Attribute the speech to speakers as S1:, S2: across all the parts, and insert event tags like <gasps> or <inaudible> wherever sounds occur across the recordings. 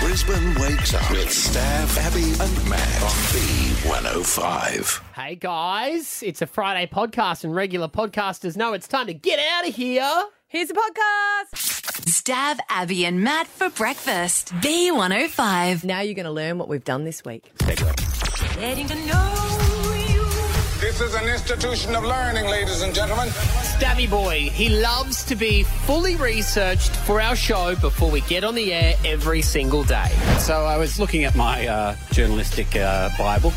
S1: Brisbane wakes up with Staff, Abby, and Matt on B105.
S2: Hey guys, it's a Friday podcast, and regular podcasters know it's time to get out of here.
S3: Here's a podcast.
S4: Stav, Abby, and Matt for breakfast. B105.
S3: Now you're going to learn what we've done this week.
S4: Getting to know you.
S5: This is an institution of learning, ladies and gentlemen.
S2: Stabby Boy, he loves to be fully researched for our show before we get on the air every single day.
S6: So I was looking at my uh, journalistic uh, Bible.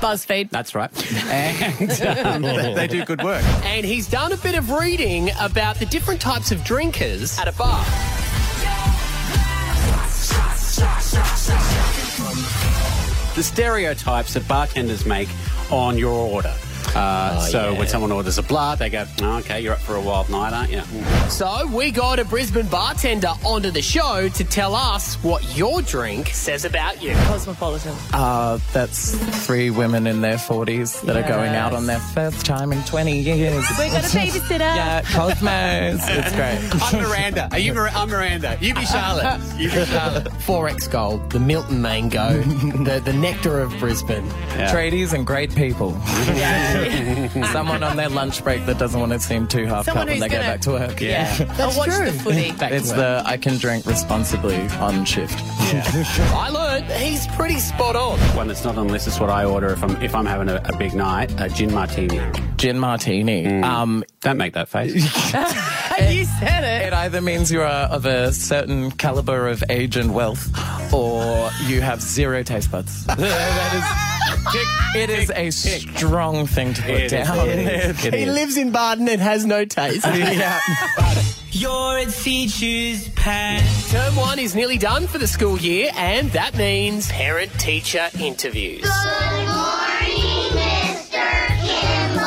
S3: BuzzFeed.
S6: That's right.
S7: <laughs>
S6: And um, <laughs> they do good work.
S2: And he's done a bit of reading about the different types of drinkers at a bar.
S6: The stereotypes that bartenders make on your order. Uh,
S7: Ah,
S6: so when someone orders a blood, they go, "Oh, okay, you're up for a wild night, aren't you?
S2: So we got a Brisbane bartender onto the show to tell us what your drink says about you.
S3: Cosmopolitan.
S7: Uh, That's three women in their 40s that are going out on their first time in 20 years.
S3: We've got a babysitter.
S7: <laughs> Yeah, Cosmos. <laughs> it's great.
S6: <laughs> I'm Miranda. Are you Mir- I'm Miranda. You be Charlotte. You
S2: <laughs>
S6: be Charlotte.
S2: 4X Gold, the Milton <laughs> Mango, the, the nectar of Brisbane.
S7: Tradies and
S2: <laughs>
S7: great people. Someone on their lunch break that doesn't want to seem too half
S3: Someone
S7: cut when
S3: who's
S7: they go
S3: gonna-
S7: back to work.
S6: Yeah.
S7: <laughs>
S3: That's watch the footy.
S7: It's the I <laughs> can drink responsibly on shift.
S2: <laughs> I learned he's pretty spot on.
S6: One that's not on the list is what I order if I'm if I'm having a, a big night, a gin martini. Mm.
S7: Gin martini. Um,
S6: Don't make that face.
S3: <laughs>
S7: <laughs>
S3: you said it.
S7: It either means you are of a certain caliber of age and wealth, or you have zero taste buds. <laughs> that is, it is a strong thing to put
S6: It is,
S7: down.
S6: it is, it
S2: He
S6: is.
S2: lives in Baden and has no taste. <laughs>
S7: <laughs> yeah.
S8: Your features pants.
S2: Term one is nearly done for the school year, and that means parent teacher interviews.
S9: Good morning, Mr. Kimball.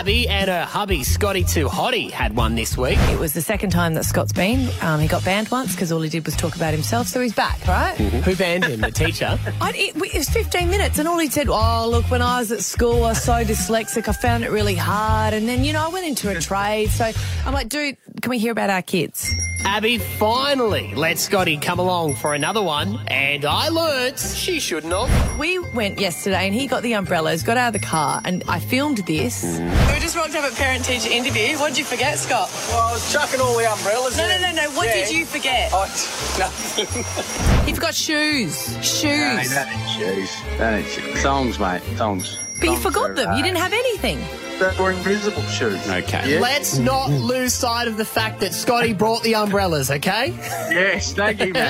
S2: Abby and her hubby, Scotty Too Hottie, had one this week.
S3: It was the second time that Scott's been. Um, he got banned once because all he did was talk about himself, so he's back, right?
S2: Who banned him? The
S3: <laughs>
S2: teacher.
S3: I'd, it, it was 15 minutes, and all he said, Oh, look, when I was at school, I was so dyslexic. I found it really hard. And then, you know, I went into a trade. So I'm like, Dude, can we hear about our kids?
S2: Abby finally let Scotty come along for another one, and I learnt she should not.
S3: We went yesterday and he got the umbrellas, got out of the car, and I filmed this. We just rocked up at parent teacher interview. What did you forget, Scott?
S10: Well, I was chucking all the umbrellas.
S3: No, no, no, no. What did you forget?
S10: I, <laughs> nothing.
S3: He forgot shoes. Shoes.
S10: Jeez, that is shoes. Songs, mate. Songs.
S3: but you forgot them. You didn't have anything.
S10: They were invisible shoes.
S6: Okay.
S10: Yeah.
S2: Let's not lose sight of the fact that Scotty brought the umbrellas, okay?
S10: <laughs> Yes, thank you, mate.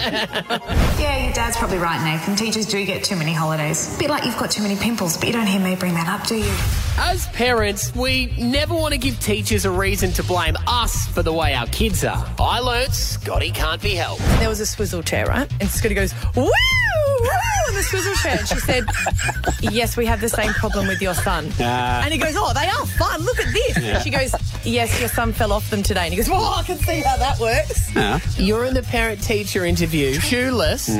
S11: Yeah, your dad's probably right, Nathan. Teachers do get too many holidays. bit <laughs> like you've got too many pimples, but you don't hear me bring that up, do you?
S2: As parents, we never want to give teachers a reason to blame us for the way our kids are. I learnt Scotty can't be helped.
S3: There was a swizzle chair, right? And Scotty goes, Woo! Woo! In the swizzle chair. And she said, Yes, we have the same problem with your son. And he goes, Oh, they are fun. Look at this. And she goes, Yes, your son fell off them today. And he goes, Well, I can see how that works.
S4: Ah.
S2: You're in the parent teacher interview, shoeless,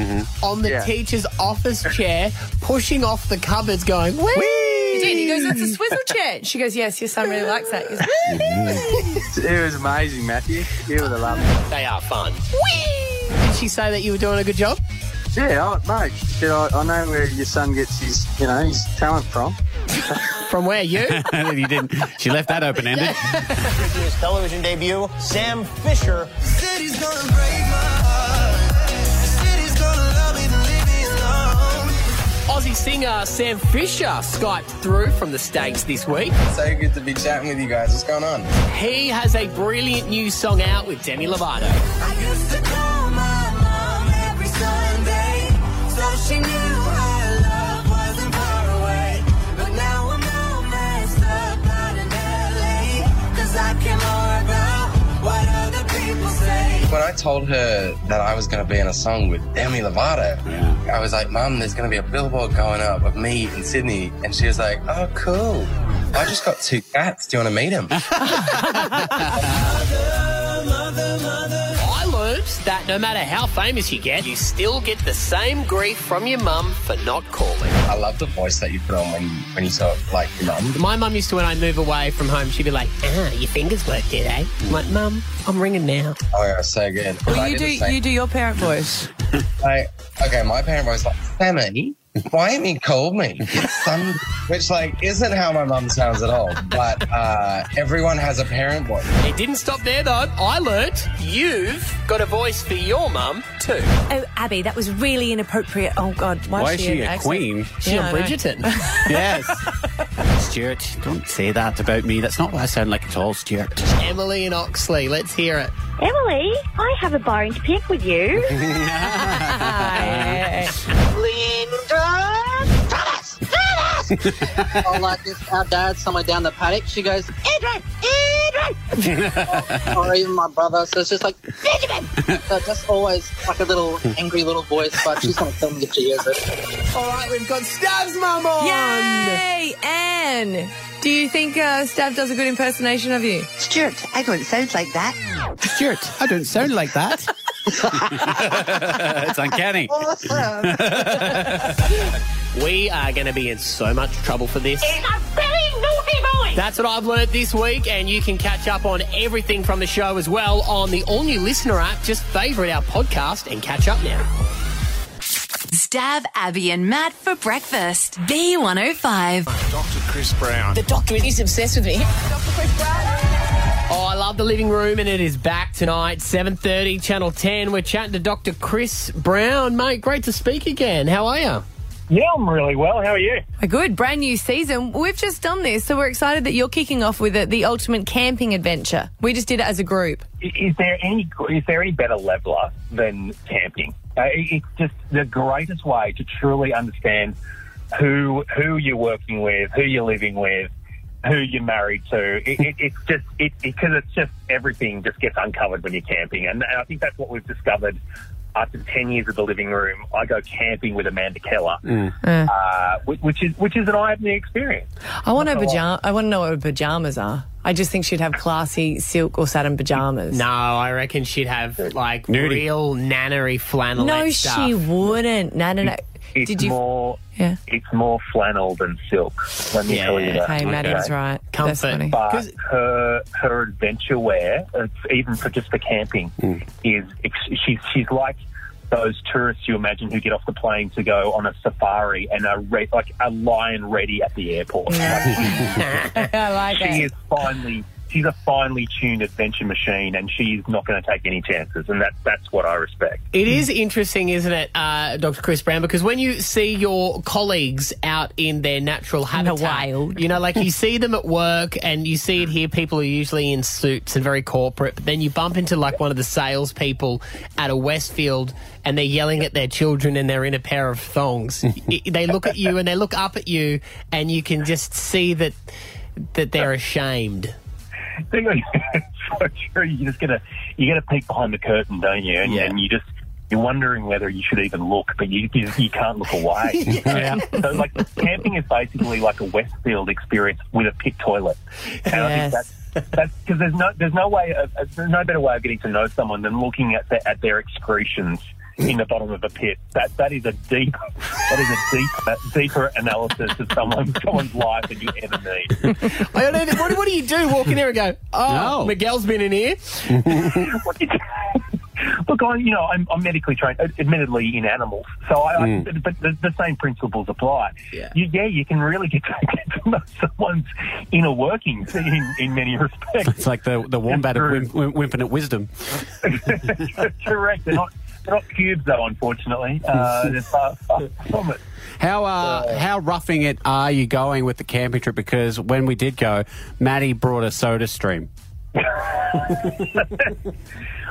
S2: on the teacher's office chair, pushing off the cupboards, going, Wee!
S3: He did. He goes, It's a swizzle chair. And she goes, Yes, your son really likes that. He goes,
S10: It was amazing, Matthew. You would have loved it.
S2: They are fun. Did she say that you were doing a good job?
S10: Yeah, oh, mate. Shit, I, I know where your son gets his, you know, his talent from.
S2: From where
S6: <laughs>
S2: you?
S6: you didn't. She left that
S8: <laughs>
S6: open ended.
S8: His television debut, Sam Fisher.
S1: City's gonna break my heart. City's gonna love me and leave me alone.
S2: Aussie singer Sam Fisher Skyped through from the States this week.
S10: So good to be chatting with you guys. What's going on?
S2: He has a brilliant new song out with Demi Lovato.
S4: I used to call my mom every Sunday. So she knew her love wasn't far away. But now I'm all messed up out in LA. Cause I care more about what other people say.
S10: When I told her that I was going to be in a song with Demi Lovato,
S6: Yeah.
S10: I was like, Mum, there's going to be a billboard going up of me in Sydney. And she was like, Oh, cool. I just got two
S2: <laughs>
S10: cats. Do you want to meet them?
S2: I I learned that no matter how famous you get, you still get the same grief from your mum for not calling.
S10: I love the voice that you put on when you when you talk like your mum.
S2: My mum used to, when I move away from home, she'd be like, ah, your fingers work today. I'm like, mum, I'm ringing now.
S10: Oh, yeah, so good.
S3: Well,
S10: I
S3: you
S10: did
S3: do
S10: the same.
S3: you do your
S10: <laughs>
S3: parent voice.
S10: Like, okay, my parent was like, Sammy, why haven't you called me? It's Some, which like isn't how my mum sounds at all. But uh, everyone has a parent voice.
S2: It didn't stop there, though. I learnt you've got a voice for your mum, too.
S12: Oh, Abby, that was really inappropriate. Oh, God. Why,
S6: Why
S12: is
S6: is
S12: she
S6: she
S12: an
S6: a
S12: accent?
S6: queen?
S2: She
S12: Yeah,
S2: on
S12: I know.
S2: Bridgerton.
S6: yes. Stuart, don't say that about me. That's not what I sound like at all, Stuart.
S2: Emily and Oxley, let's hear it.
S13: Emily, I have a bone to pick with
S3: <laughs>
S13: you.
S4: Linda Thomas!
S6: <laughs>
S4: Thomas! oh, like this, our dad, somewhere down the paddock, she goes, Adrian!
S6: <laughs>
S4: Adrian! or even my brother, so it's just like, Benjamin! so just always like a little angry little voice, but she's going to kill me if she hears it.
S2: All right, we've got Stab's mum on.
S3: Yay, Anne. Do you think uh, Stav does a good impersonation of you?
S14: Stuart, I don't sound like that.
S6: Stuart, I don't sound like that. it's uncanny.
S2: <laughs> We are going to be in so much trouble for this.
S9: a very naughty boy!
S2: That's what I've learnt this week, and you can catch up on everything from the show as well on the all new listener app. Just favourite our podcast and catch up now.
S15: Stab Abby and Matt for breakfast. B105.
S16: Dr. Chris Brown.
S15: The doctor is obsessed with me.
S2: Oh, I love the living room, and it is back tonight, seven thirty, Channel Ten. We're chatting to Dr. Chris Brown, mate. Great to speak again. How are you?
S17: Yeah, I'm really well. How are you?
S3: Good, brand new season. We've just done this, so we're excited that you're kicking off with it, the ultimate camping adventure. We just did it as a group.
S17: I- Is there any is there any better leveler than camping? Uh, it- it's just the greatest way to truly understand who who you're working with, who you're living with, who you're married to. It, it, it's just it because it's just everything just gets uncovered when you're camping, and, and I think that's what we've discovered. After ten years of the living room, I go camping with Amanda Keller, uh, which, which is which is an eye-opening experience.
S3: I want her pajama. I want to know what her pajamas are. I just think she'd have classy silk or satin pajamas.
S2: No, I reckon she'd have like real nannery flannel.
S3: No,
S2: and stuff.
S3: she wouldn't. No, no, no.
S17: It's
S3: Did you?
S17: more
S3: Yeah.
S17: it's more flannel than silk. Let me tell you that.
S3: Okay, Maddie's right. That's funny.
S17: But her her adventure wear, it's even for just for camping, is ex- she's she's like those tourists you imagine who get off the plane to go on a safari and are re- like a lion ready at the airport.
S3: <laughs> I like
S17: she
S3: it.
S17: is finally she's a finely tuned adventure machine, and she's not going to take any chances, and that that's what I respect.
S2: It is interesting, isn't it, uh, Dr. Chris Brown? Because when you see your colleagues out in their natural habitat, you know, like you see them at work and you see it here, people are usually in suits and very corporate. But then you bump into like one of the salespeople at a Westfield and they're yelling at their children and they're in a pair of thongs. Y- they look at you and they look up at you and you can just see that that they're ashamed.
S17: thing on <laughs> so true. You just get a you get a peek behind the curtain, don't you? And, and you just you're wondering whether you should even look, but you you, you can't look away.
S2: <laughs> Yeah.
S17: <laughs> So like camping is basically like a Westfield experience with a pit toilet. And I
S2: Yes.
S17: think that's that's because there's no there's no way of, of- there's no better way of getting to know someone than looking at the, at their excretions in the bottom of a pit. That that is a deep that is a deep a deeper analysis of someone someone's life than you ever need.
S2: I don't know, what, what do you do? Walk in there and go, oh,
S17: No.
S2: Miguel's been in here.
S17: <laughs> Look, I, you know, I'm, I'm medically trained, ad- admittedly in animals, so I, I
S2: Mm.
S17: but the, the same principles apply. Yeah, you, yeah, you can really get to, <laughs> get to know someone's inner workings in, in many respects.
S6: It's like the, the wombat of wimp, wimp, wimping at wisdom.
S17: <laughs> Correct. They're not they're not cubes though, unfortunately.
S6: <laughs>
S17: Uh, they're far, far from it.
S6: How uh, how roughing it are you going with the camping trip? Because when we did go, Maddie brought a soda stream.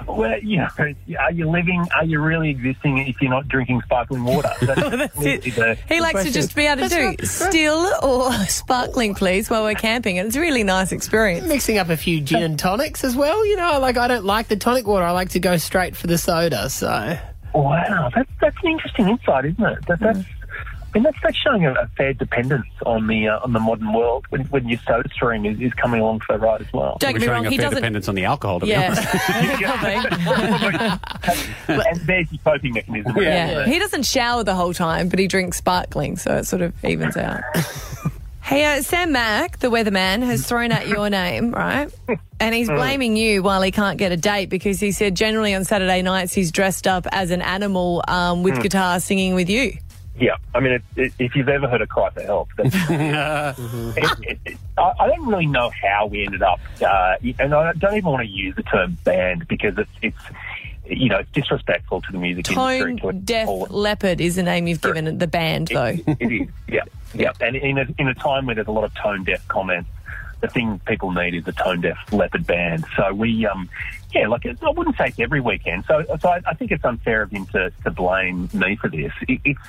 S17: Well, you know, are you living? Are you really existing if you're not drinking
S6: <laughs>
S17: sparkling water? That's, really the-
S3: He likes to just be able to
S17: That's
S3: do
S17: right.
S3: still
S2: <laughs>
S3: or sparkling, please, while we're camping, and it's a really nice experience.
S2: Mixing up a few gin and tonics as well. You know, like I don't like the tonic water. I like to go straight for the soda. So
S17: Oh, Wow, that's that's an interesting insight, isn't it? That, that's And that's, that's showing a, a fair dependence on the uh, on the modern world when, when your soda stream is, is coming along for the ride as well.
S6: We're showing a fair dependence on the alcohol. To be honest.
S3: <laughs>
S17: and there's your coping mechanism.
S3: Yeah. He doesn't shower the whole time, but he drinks sparkling, so it sort of evens out. hey, uh, Sam Mack, the weatherman, has thrown out your name, right? And he's
S12: Mm.
S3: blaming you while he can't get a date because he said generally on Saturday nights he's dressed up as an animal um, with
S17: Mm.
S3: guitar singing with you.
S17: Yeah, I mean, it, it, if you've ever heard a cry for help, that's,
S6: <laughs>
S17: <laughs> it, it, it, I, I don't really know how we ended up, uh, and I don't even want to use the term band because it's, it's you know, it's disrespectful to the music industry. to
S3: Tone
S17: it
S3: Deaf
S17: all.
S3: Leopard is the name you've given the band, though.
S17: It is, yeah, yeah. And in a, in a time where there's a lot of tone deaf comments, the thing people need is a tone deaf leopard band. So we, um, yeah, like it, I wouldn't say it's every weekend. So, so I, I think it's unfair of him to, to blame me for this. It, it's,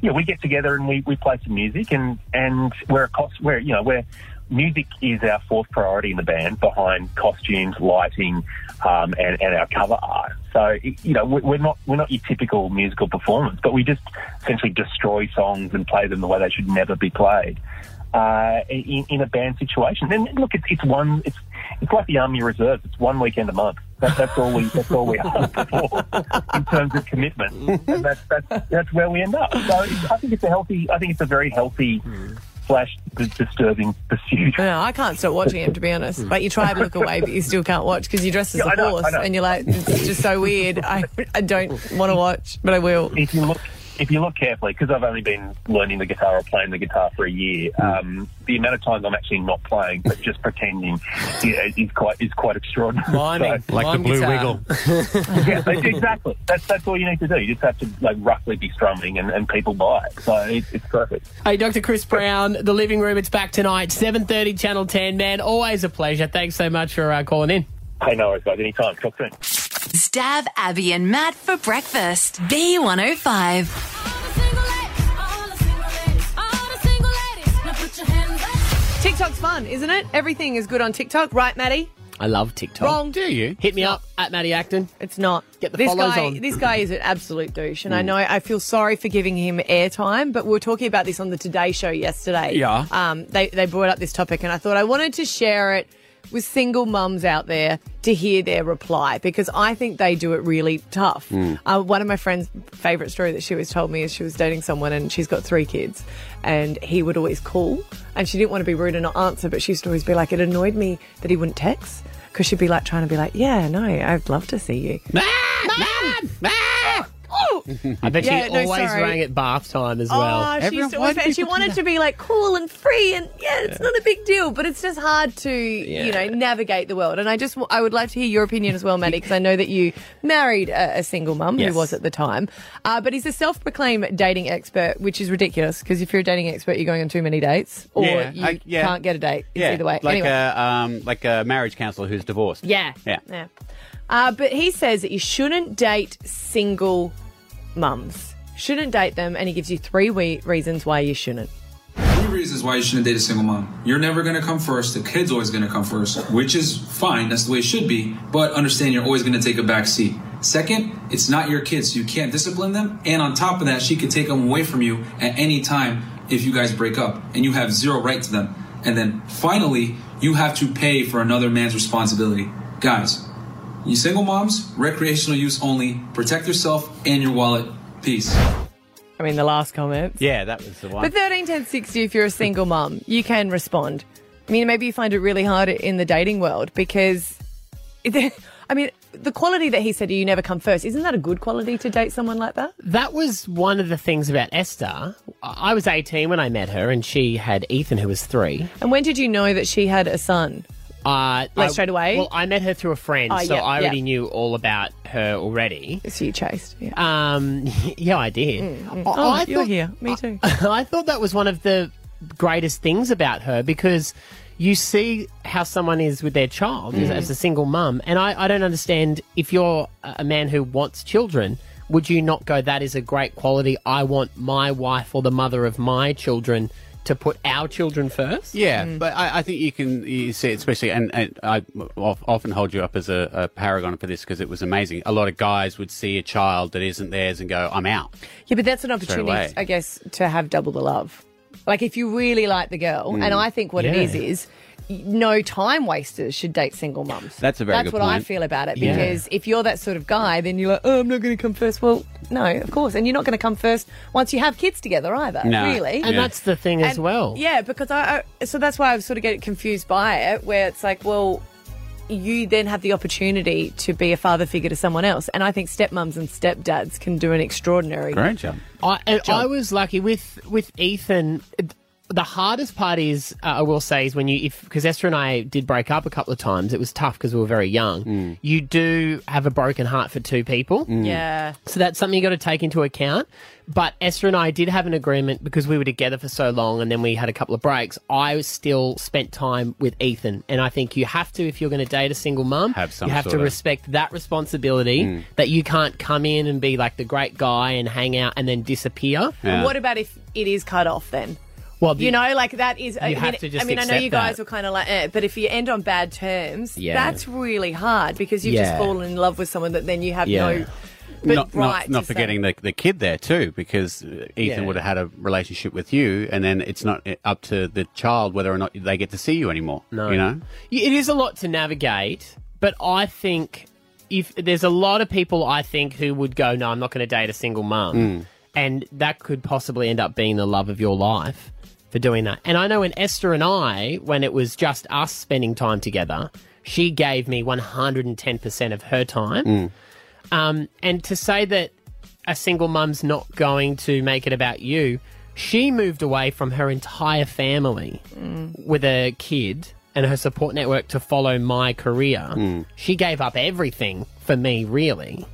S17: you know, we get together and we, we play some music and, and we're a cost, we're, you know, we're, Music is our fourth priority in the band, behind costumes, lighting, um, and, and our cover art. So you know we- we're not we're not your typical musical performance, but we just essentially destroy songs and play them the way they should never be played uh, in, in a band situation. And look, it's, it's one it's it's like the Army Reserves. It's one weekend a month. That, that's all we that's all we ask for in terms of commitment, and that's that's, that's where we end up. So it's, I think it's a healthy. I think it's a very healthy. Slash d- disturbing pursuit.
S3: No, I can't stop watching him to be honest. Like you try to look away, but you still can't watch because you dress as
S17: Yeah, I
S3: a
S17: know, I
S3: horse,
S17: know.
S3: and you're like, it's just so weird. I, I don't want to watch, but I will.
S17: If you look, if you look carefully, because I've only been learning the guitar or playing the guitar for a year, um, the amount of times I'm actually not playing but just pretending you know, is quite is quite extraordinary.
S6: Miming. Like the Mime Blue guitar.
S3: <laughs>
S6: Wiggle.
S17: <laughs> yeah, but exactly. That's that's all you need to do. You just have to like roughly be strumming, and, and people buy it. So it, it's perfect.
S2: Hey, Dr. Chris Brown, the living room. It's back tonight, seven thirty, Channel Ten. Man, always a pleasure. Thanks so much for uh, calling in.
S17: Hey, no worries, guys. Anytime. Talk soon.
S15: Stab Abby and Matt for breakfast. B105.
S3: TikTok's fun, isn't it? Everything is good on TikTok, right, Maddie?
S2: I love TikTok.
S3: Wrong.
S2: Do you? Hit me up at Maddie Acton.
S3: It's not.
S2: Get the
S3: this
S2: follows
S3: guy,
S2: on.
S3: this guy is an absolute douche, and I
S2: Mm.
S3: know I feel sorry for giving him airtime. But we were talking about this on the Today Show yesterday.
S12: Yeah.
S3: Um, they they brought up this topic, and I thought I wanted to share it with single mums out there to hear their reply because I think they do it really tough.
S6: Hmm.
S12: Mm.
S3: Uh, one of my friend's favorite story that she always told me is she was dating someone and she's got three kids, and he would always call, and she didn't want to be rude and not answer, but she used to always be like, it annoyed me that he wouldn't text because she'd be like trying to be like, yeah, no, I'd love to see you. Oh!
S2: I bet
S3: Yeah,
S2: she
S3: no,
S2: always
S3: sorry.
S2: rang at bath time as well.
S3: Oh, she, used to always, and she wanted to be like cool and free, and yeah, it's not a big deal, but it's just hard to you know navigate the world. And I just w- I would love to hear your opinion as well, Maddie, because I know that you married a, a single mum
S12: Yes.
S3: who was at the time, uh, but he's a self-proclaimed dating expert, which is ridiculous because if you're a dating expert, you're going on too many dates, or
S6: Yeah,
S3: you
S6: I- yeah.
S3: can't get a date. It's
S6: yeah,
S3: either way.
S6: like
S3: anyway.
S6: a um, like a marriage counselor who's divorced.
S3: Yeah.
S6: yeah.
S3: Yeah. Uh, but he says that you shouldn't date single mums. Shouldn't date them, and he gives you three we- reasons why you shouldn't.
S16: Three reasons why you shouldn't date a single mom. You're never gonna come first. The kid's always gonna come first, which is fine. That's the way it should be. But understand, you're always gonna take a back seat. Second, it's not your kids. So you can't discipline them. And on top of that, she could take them away from you at any time if you guys break up, and you have zero right to them. And then finally, you have to pay for another man's responsibility. Guys, you single moms, recreational use only. Protect yourself and your wallet. Peace.
S3: I mean, the last comment.
S6: Yeah, that was the one.
S3: But thirteen ten sixty, if you're a single mum, you can respond. I mean, maybe you find it really hard in the dating world because, <laughs> I mean, the quality that he said you never come first isn't that a good quality to date someone like that?
S2: That was one of the things about Esther. I I was 18 when I met her, and she had Ethan, who was three.
S3: And when did you know that she had a son?
S2: Uh,
S3: Like
S2: I-
S3: straight away?
S2: Well, I met her through a friend,
S3: Oh,
S2: so
S3: yeah,
S2: I
S3: yeah.
S2: already knew all about her already.
S3: So you chased,
S2: yeah. Um, <laughs> yeah, I did.
S3: Mm.
S2: I-
S3: Oh,
S2: I
S3: you're
S2: thought-
S3: here. Me too.
S2: <laughs> I thought that was one of the greatest things about her because you see how someone is with their child as,
S6: Mm.
S2: as a single mum. And I, I don't understand if you're a a man who wants children, would you not go, that is a great quality? I want my wife or the mother of my children to put our children first.
S6: Yeah,
S3: Mm.
S6: but I, I think you can you see, it especially, and, and I of- often hold you up as a, a paragon for this because it was amazing. A lot of guys would see a child that isn't theirs and go, "I'm out."
S3: Yeah, but that's an
S6: Straight
S3: opportunity,
S6: away.
S3: I guess, to have double the love. Like if you really like the girl,
S6: Mm.
S3: and I think what it
S6: Yeah.
S3: is is y- no time wasters should date single mums.
S6: That's a very
S3: That's
S6: good
S3: what I
S6: point.
S3: feel about it
S6: Yeah.
S3: because if you're that sort of guy, then you're like, oh, I'm not going to come first. Well, no, of course, and you're not going to come first once you have kids together either.
S2: No.
S3: Really,
S2: And that's the thing as
S3: And-
S2: well.
S3: Yeah, because I, I so that's why I sort of get confused by it, where it's like, well, you then have the opportunity to be a father figure to someone else, and I think stepmums and stepdads can do an extraordinary
S2: I, and I was lucky with with Ethan. The hardest part is, uh, I will say, is when you if because Esther and I did break up a couple of times. It was tough because we were very young.
S6: Mm.
S2: You do have a broken heart for two people.
S3: Mm. Yeah.
S2: So that's something you got to take into account. But Esther and I did have an agreement because we were together for so long, and then we had a couple of breaks. I still spent time with Ethan, and I think you have to if you're going to date a single mum. Have
S6: some
S2: You have to
S6: sort of-
S2: respect that responsibility
S6: Mm.
S2: that you can't come in and be like the great guy and hang out and then disappear.
S3: And what about if it is cut off then?
S2: Well, the-
S3: you know, like that is. uh, I
S2: You
S3: mean,
S2: have to just
S3: I mean, I know
S2: accept
S3: you guys
S2: that.
S3: were kind of like, eh, but if you end on bad terms,
S6: Yeah.
S3: that's really hard because you've just
S6: Yeah.
S3: fallen in love with someone that then you have no. But
S6: not,
S3: right,
S6: not, not
S3: to say-
S6: forgetting the, the kid there too, because uh, Ethan
S3: Yeah.
S6: would have had a relationship with you, and then it's not uh, up to the child whether or not they get to see you anymore. No, you know,
S2: Y- It is a lot to navigate, but I think if there's a lot of people I think who would go, no, I'm not going to date a single mum,
S6: Mm.
S2: and that could possibly end up being the love of your life for doing that. And I know when Esther and I, when it was just us spending time together, she gave me 110% of her time.
S6: Mm.
S2: Um, and to say that a single mum's not going to make it about you, she moved away from her entire family with a kid and her support network to follow my career. She gave up everything for me, really.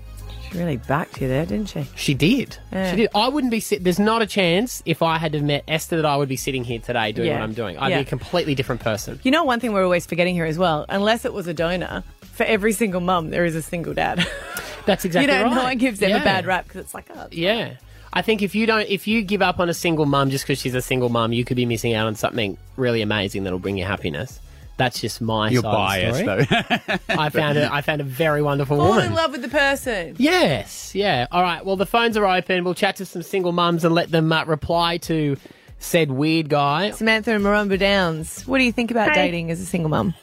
S3: She really backed you there, didn't she?
S2: She did.
S3: Yeah.
S2: She did. I wouldn't be. Sit- There's not a chance if I had have met Esther that I would be sitting here today doing
S3: Yeah.
S2: what I'm doing. I'd
S3: Yeah.
S2: be a completely different person.
S3: You know, one thing we're always forgetting here as well. Unless it was a donor, for every single mum there is a single dad.
S2: <laughs> That's exactly
S3: You know, no
S2: right.
S3: one gives them a
S2: Yeah.
S3: bad rap because it's like, oh,
S2: Yeah. I think if you don't, if you give up on a single mum just because she's a single mum, you could be missing out on something really amazing that'll bring you happiness. That's just my
S6: You're
S2: side of the
S6: biased,
S2: story.
S6: <laughs>
S2: I found it. I found a very wonderful
S3: fall
S2: woman.
S3: in love with the person.
S2: Yes, yeah. All right. Well, the phones are open. We'll chat to some single mums and let them uh, reply to said weird guy.
S3: Samantha and Marumba Downs. What do you think about
S13: Hi.
S3: dating as a single mum?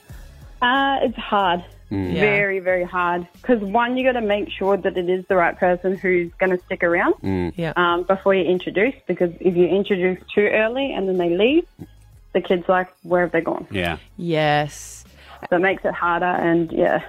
S13: Uh, it's hard.
S3: Mm. Yeah.
S13: Very, very hard. Because one, you got to make sure that it is the right person who's going to stick around
S18: Mm.
S3: Yeah.
S13: um, before you introduce. Because if you introduce too early and then they leave, the kid's like, "Where have they gone?"
S6: Yeah.
S3: Yes.
S13: So it makes it harder. And yeah,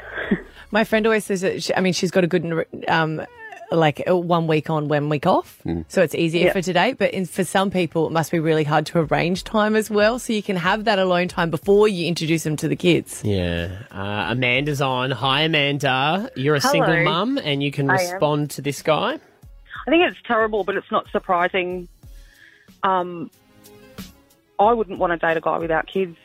S3: My friend always says that. She, I mean, she's got a good um, like uh, one week on, one week off,
S6: Hmm.
S3: so it's easier
S13: Yeah.
S3: for today. But in, for some people, it must be really hard to arrange time as well, so you can have that alone time before you introduce them to the kids.
S2: Yeah. Uh, Amanda's on. Hi, Amanda. You're a
S19: Hello.
S2: single mum and you can
S19: I am.
S2: respond to this guy.
S19: I think it's terrible, but it's not surprising. Um, I wouldn't want to date a guy without kids.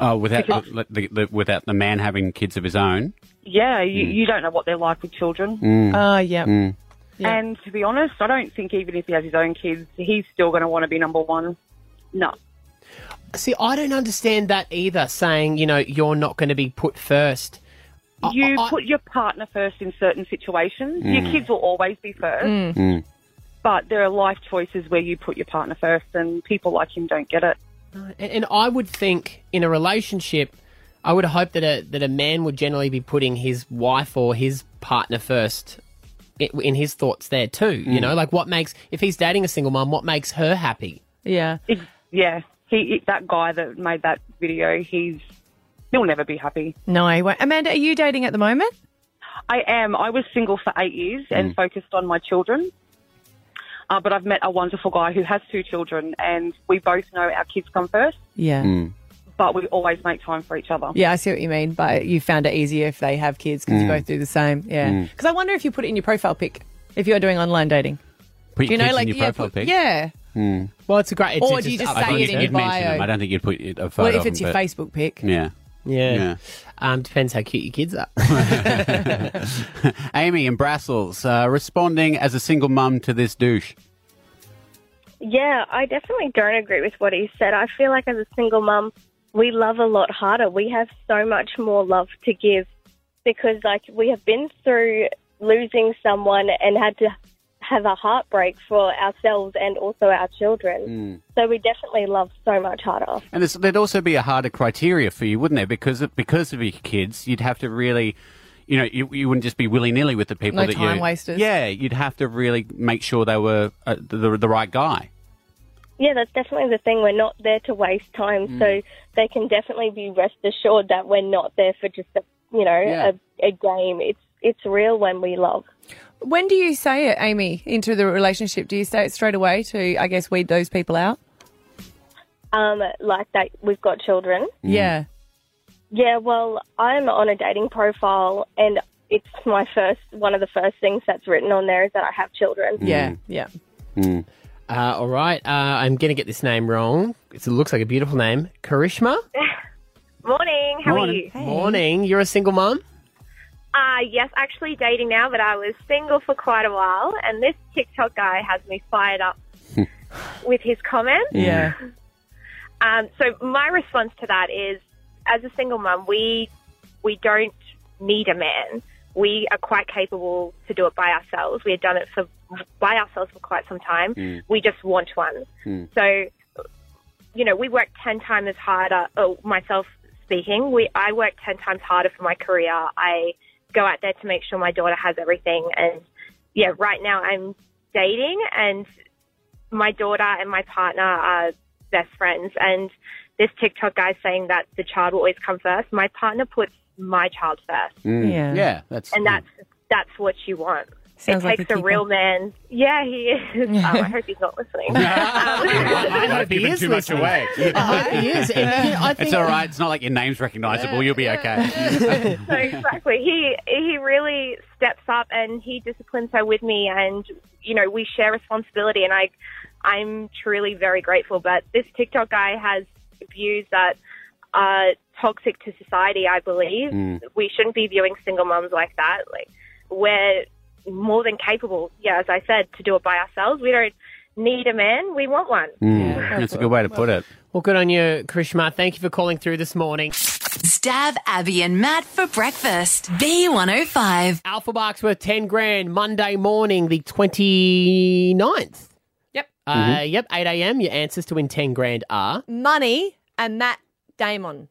S6: Oh, without the, the, the, without the man having kids of his own.
S19: Yeah, you,
S6: Mm.
S19: you don't know what they're like with children.
S6: Mm.
S3: Ah, yeah.
S6: Mm.
S19: And to be honest, I don't think even if he has his own kids, he's still going to want to be number one. No.
S2: See, I don't understand that either, saying, you know, you're not going to be put first.
S19: You put your partner first in certain situations.
S2: Mm.
S19: Your kids will always be first.
S6: Mm.
S3: Mm.
S19: But there are life choices where you put your partner first, and people like him don't get it.
S2: And, and I would think in a relationship, I would hope that a that a man would generally be putting his wife or his partner first i- in his thoughts there too. You
S19: Mm.
S2: know, like what makes if he's dating a single mom, what makes her happy?
S3: Yeah.
S19: yeah. He that guy that made that video, he's he'll never be happy.
S3: No, I won't. Amanda, are you dating at the moment?
S19: I am. I was single for eight years and
S3: Mm.
S19: focused on my children. Uh, but I've met a wonderful guy who has two children, and we both know our kids come first,
S3: Yeah.
S19: but we always make time for each other.
S3: Yeah, I see what you mean, but you found it easier if they have kids because you
S19: Mm.
S3: both do the same. Yeah.
S19: Mm.
S3: Because I wonder if you put it in your profile pic if you're doing online dating.
S6: Put your
S3: you know,
S6: kids in
S3: like
S6: your
S3: yeah,
S6: profile
S3: put-
S6: pic?
S3: Yeah.
S6: Mm.
S2: Well, it's a great.
S3: Or do you just
S6: I
S3: say
S6: think
S3: it in
S6: you'd
S3: your
S6: mention them.
S3: bio?
S6: I don't think you'd put it- a photo.
S3: Well, if
S6: of
S3: it's
S6: them,
S3: your
S6: but-
S3: Facebook pic.
S6: Yeah. <laughs>
S2: Yeah.
S6: Yeah.
S2: Um, depends how cute your kids
S3: <laughs>
S2: are. <laughs>
S6: Amy in Brussels uh, responding as a single mum to this douche.
S20: Yeah, I definitely don't agree with what he said. I feel like as a single mum, we love a lot harder. We have so much more love to give because, like, we have been through losing someone and had to have a heartbreak for ourselves and also our
S6: Mm.
S3: Mm.
S20: children. So we definitely love so much harder.
S6: And it's, there'd also be a harder criteria for you, wouldn't there? Because of, because of your kids, you'd have to really, you know, you, you wouldn't just be willy nilly with the people
S3: No
S6: that
S3: time
S6: you.
S3: wasters.
S6: Yeah, you'd have to really make sure they were uh, the, the right guy.
S20: Yeah, that's definitely the thing. We're not there to waste time, so they can definitely be rest assured that we're not there for just a you know
S3: Yeah.
S20: a, a game. It's it's real when we love.
S3: When do you say it, Amy, into the relationship? Do you say it straight away to, I guess, weed those people out?
S20: Um, like that we've got children.
S6: Mm.
S3: Yeah.
S20: Yeah, well, I'm on a dating profile, and it's my first one of the first things that's written on there is that I have children.
S2: Yeah,
S3: yeah.
S2: Uh, all right, uh, I'm going to get this name wrong. It's, it looks like a beautiful name. Karishma?
S21: Morning, how
S2: Morning.
S21: are you?
S2: Morning. You're a single mum?
S21: Uh, yes, actually dating now, but I was single for quite a while, and this TikTok guy has me fired up with his comments.
S3: Yeah.
S21: <laughs> Um, so my response to that is, as a single mum, we we don't need a man. We are quite capable to do it by ourselves. We have done it for by ourselves for quite some time.
S6: Hmm.
S18: Mm.
S21: We just want one.
S4: Mm.
S21: So, you know, we work 10 times as harder, oh, myself speaking, we, I work 10 times harder for my career. I go out there to make sure my daughter has everything. And yeah, right now I'm dating and my daughter and my partner are best friends. And this TikTok guy saying that the child will always come first. My partner puts my child first.
S6: Mm. Yeah. Yeah, that's-
S21: and that's, that's what you want.
S6: Sounds
S21: it
S6: like
S21: takes
S6: a
S21: a real man. Yeah, he is. oh, I hope he's not listening.
S2: I hope he
S6: Giving
S2: is
S6: too much
S2: listening.
S6: away.
S2: <laughs> I hope he is. And, you know, I
S6: it's
S2: think-
S6: all right. It's not like your name's recognisable. You'll be okay.
S21: so exactly, he he really steps up and he disciplines her with me, and you know we share responsibility, and I I'm truly very grateful. But this TikTok guy has views that are toxic to society. I believe
S6: Hmm.
S18: Mm.
S21: we shouldn't be viewing single moms like that. Like we're more than capable, yeah, as I said, to do it by ourselves. We don't need a man; we want one.
S6: Hmm. That's a good way to put it.
S2: Well, good on you, Karishma. Thank you for calling through this morning.
S15: Stab Abby and Matt for breakfast. B105.
S2: Alpha Barks worth 10 grand Monday morning, the <laughs> 29th.
S3: Yep.
S2: Uh,
S6: Mm-hmm.
S3: Mhm.
S2: Yep, 8 a.m. Your answers to win 10 grand <laughs> are.
S3: Money and Matt Damon.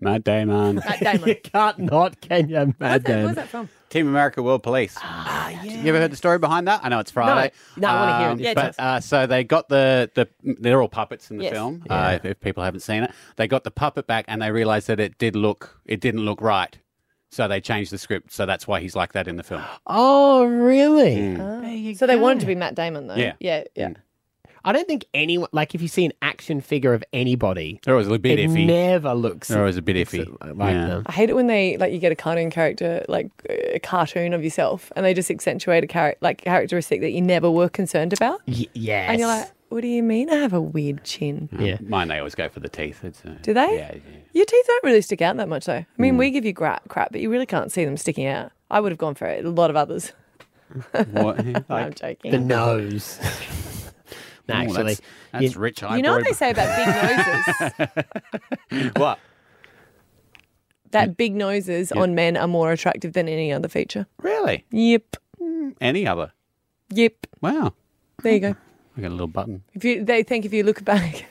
S6: Matt Damon.
S3: Matt Damon.
S2: you can't not, can you, Matt
S6: Damon?
S3: that from?
S6: Team America World Police. Ah, You ever heard the story behind that? I know it's Friday.
S2: Ah, No, I wanna hear it.
S6: Um,
S2: Yeah, tell us.
S6: but uh, so they got the the they're all puppets in the
S2: Yes.
S6: film. Uh, if, if people haven't seen it, they got the puppet back and they realized that it did look it didn't look right. So they changed the script. So that's why he's like that in
S2: <gasps>
S6: the film.
S2: Oh, really?
S6: Mm.
S3: so they wanted to be Matt Damon, though.
S6: Yeah.
S3: Yeah. yeah.
S2: I don't think anyone, like, if you see an action figure of anybody,
S6: they're always a bit
S2: it
S6: iffy.
S2: never looks.
S6: They're always a bit iffy.
S2: <laughs> like them.
S3: I hate it when they like you get a cartoon character, like a cartoon of yourself, and they just accentuate a char- like characteristic that you never were concerned about.
S2: Y- yes.
S3: And you're like, what do you mean? I have a weird chin.
S6: yeah. Mm. Mine, they always go for the teeth. It's, uh,
S3: Do they?
S6: Yeah.
S3: Your teeth don't really stick out that much, though. I mean,
S2: Mm.
S3: we give you gra- crap, but you really can't see them sticking out. I would have gone for it. A lot of others. <laughs>
S6: What?
S3: I'm joking.
S2: The nose. <laughs> no,
S6: Ooh,
S2: actually.
S6: Oh, that's- <laughs> that's rich
S3: You know what they say about big
S6: <laughs>
S3: noses?
S6: what?
S3: that big noses
S6: Yeah.
S3: on men are more attractive than any other feature.
S6: Really?
S3: Yep.
S6: Any other?
S3: Yep.
S6: Wow.
S3: There you go.
S6: I got a little button.
S3: If you, they think if you look back,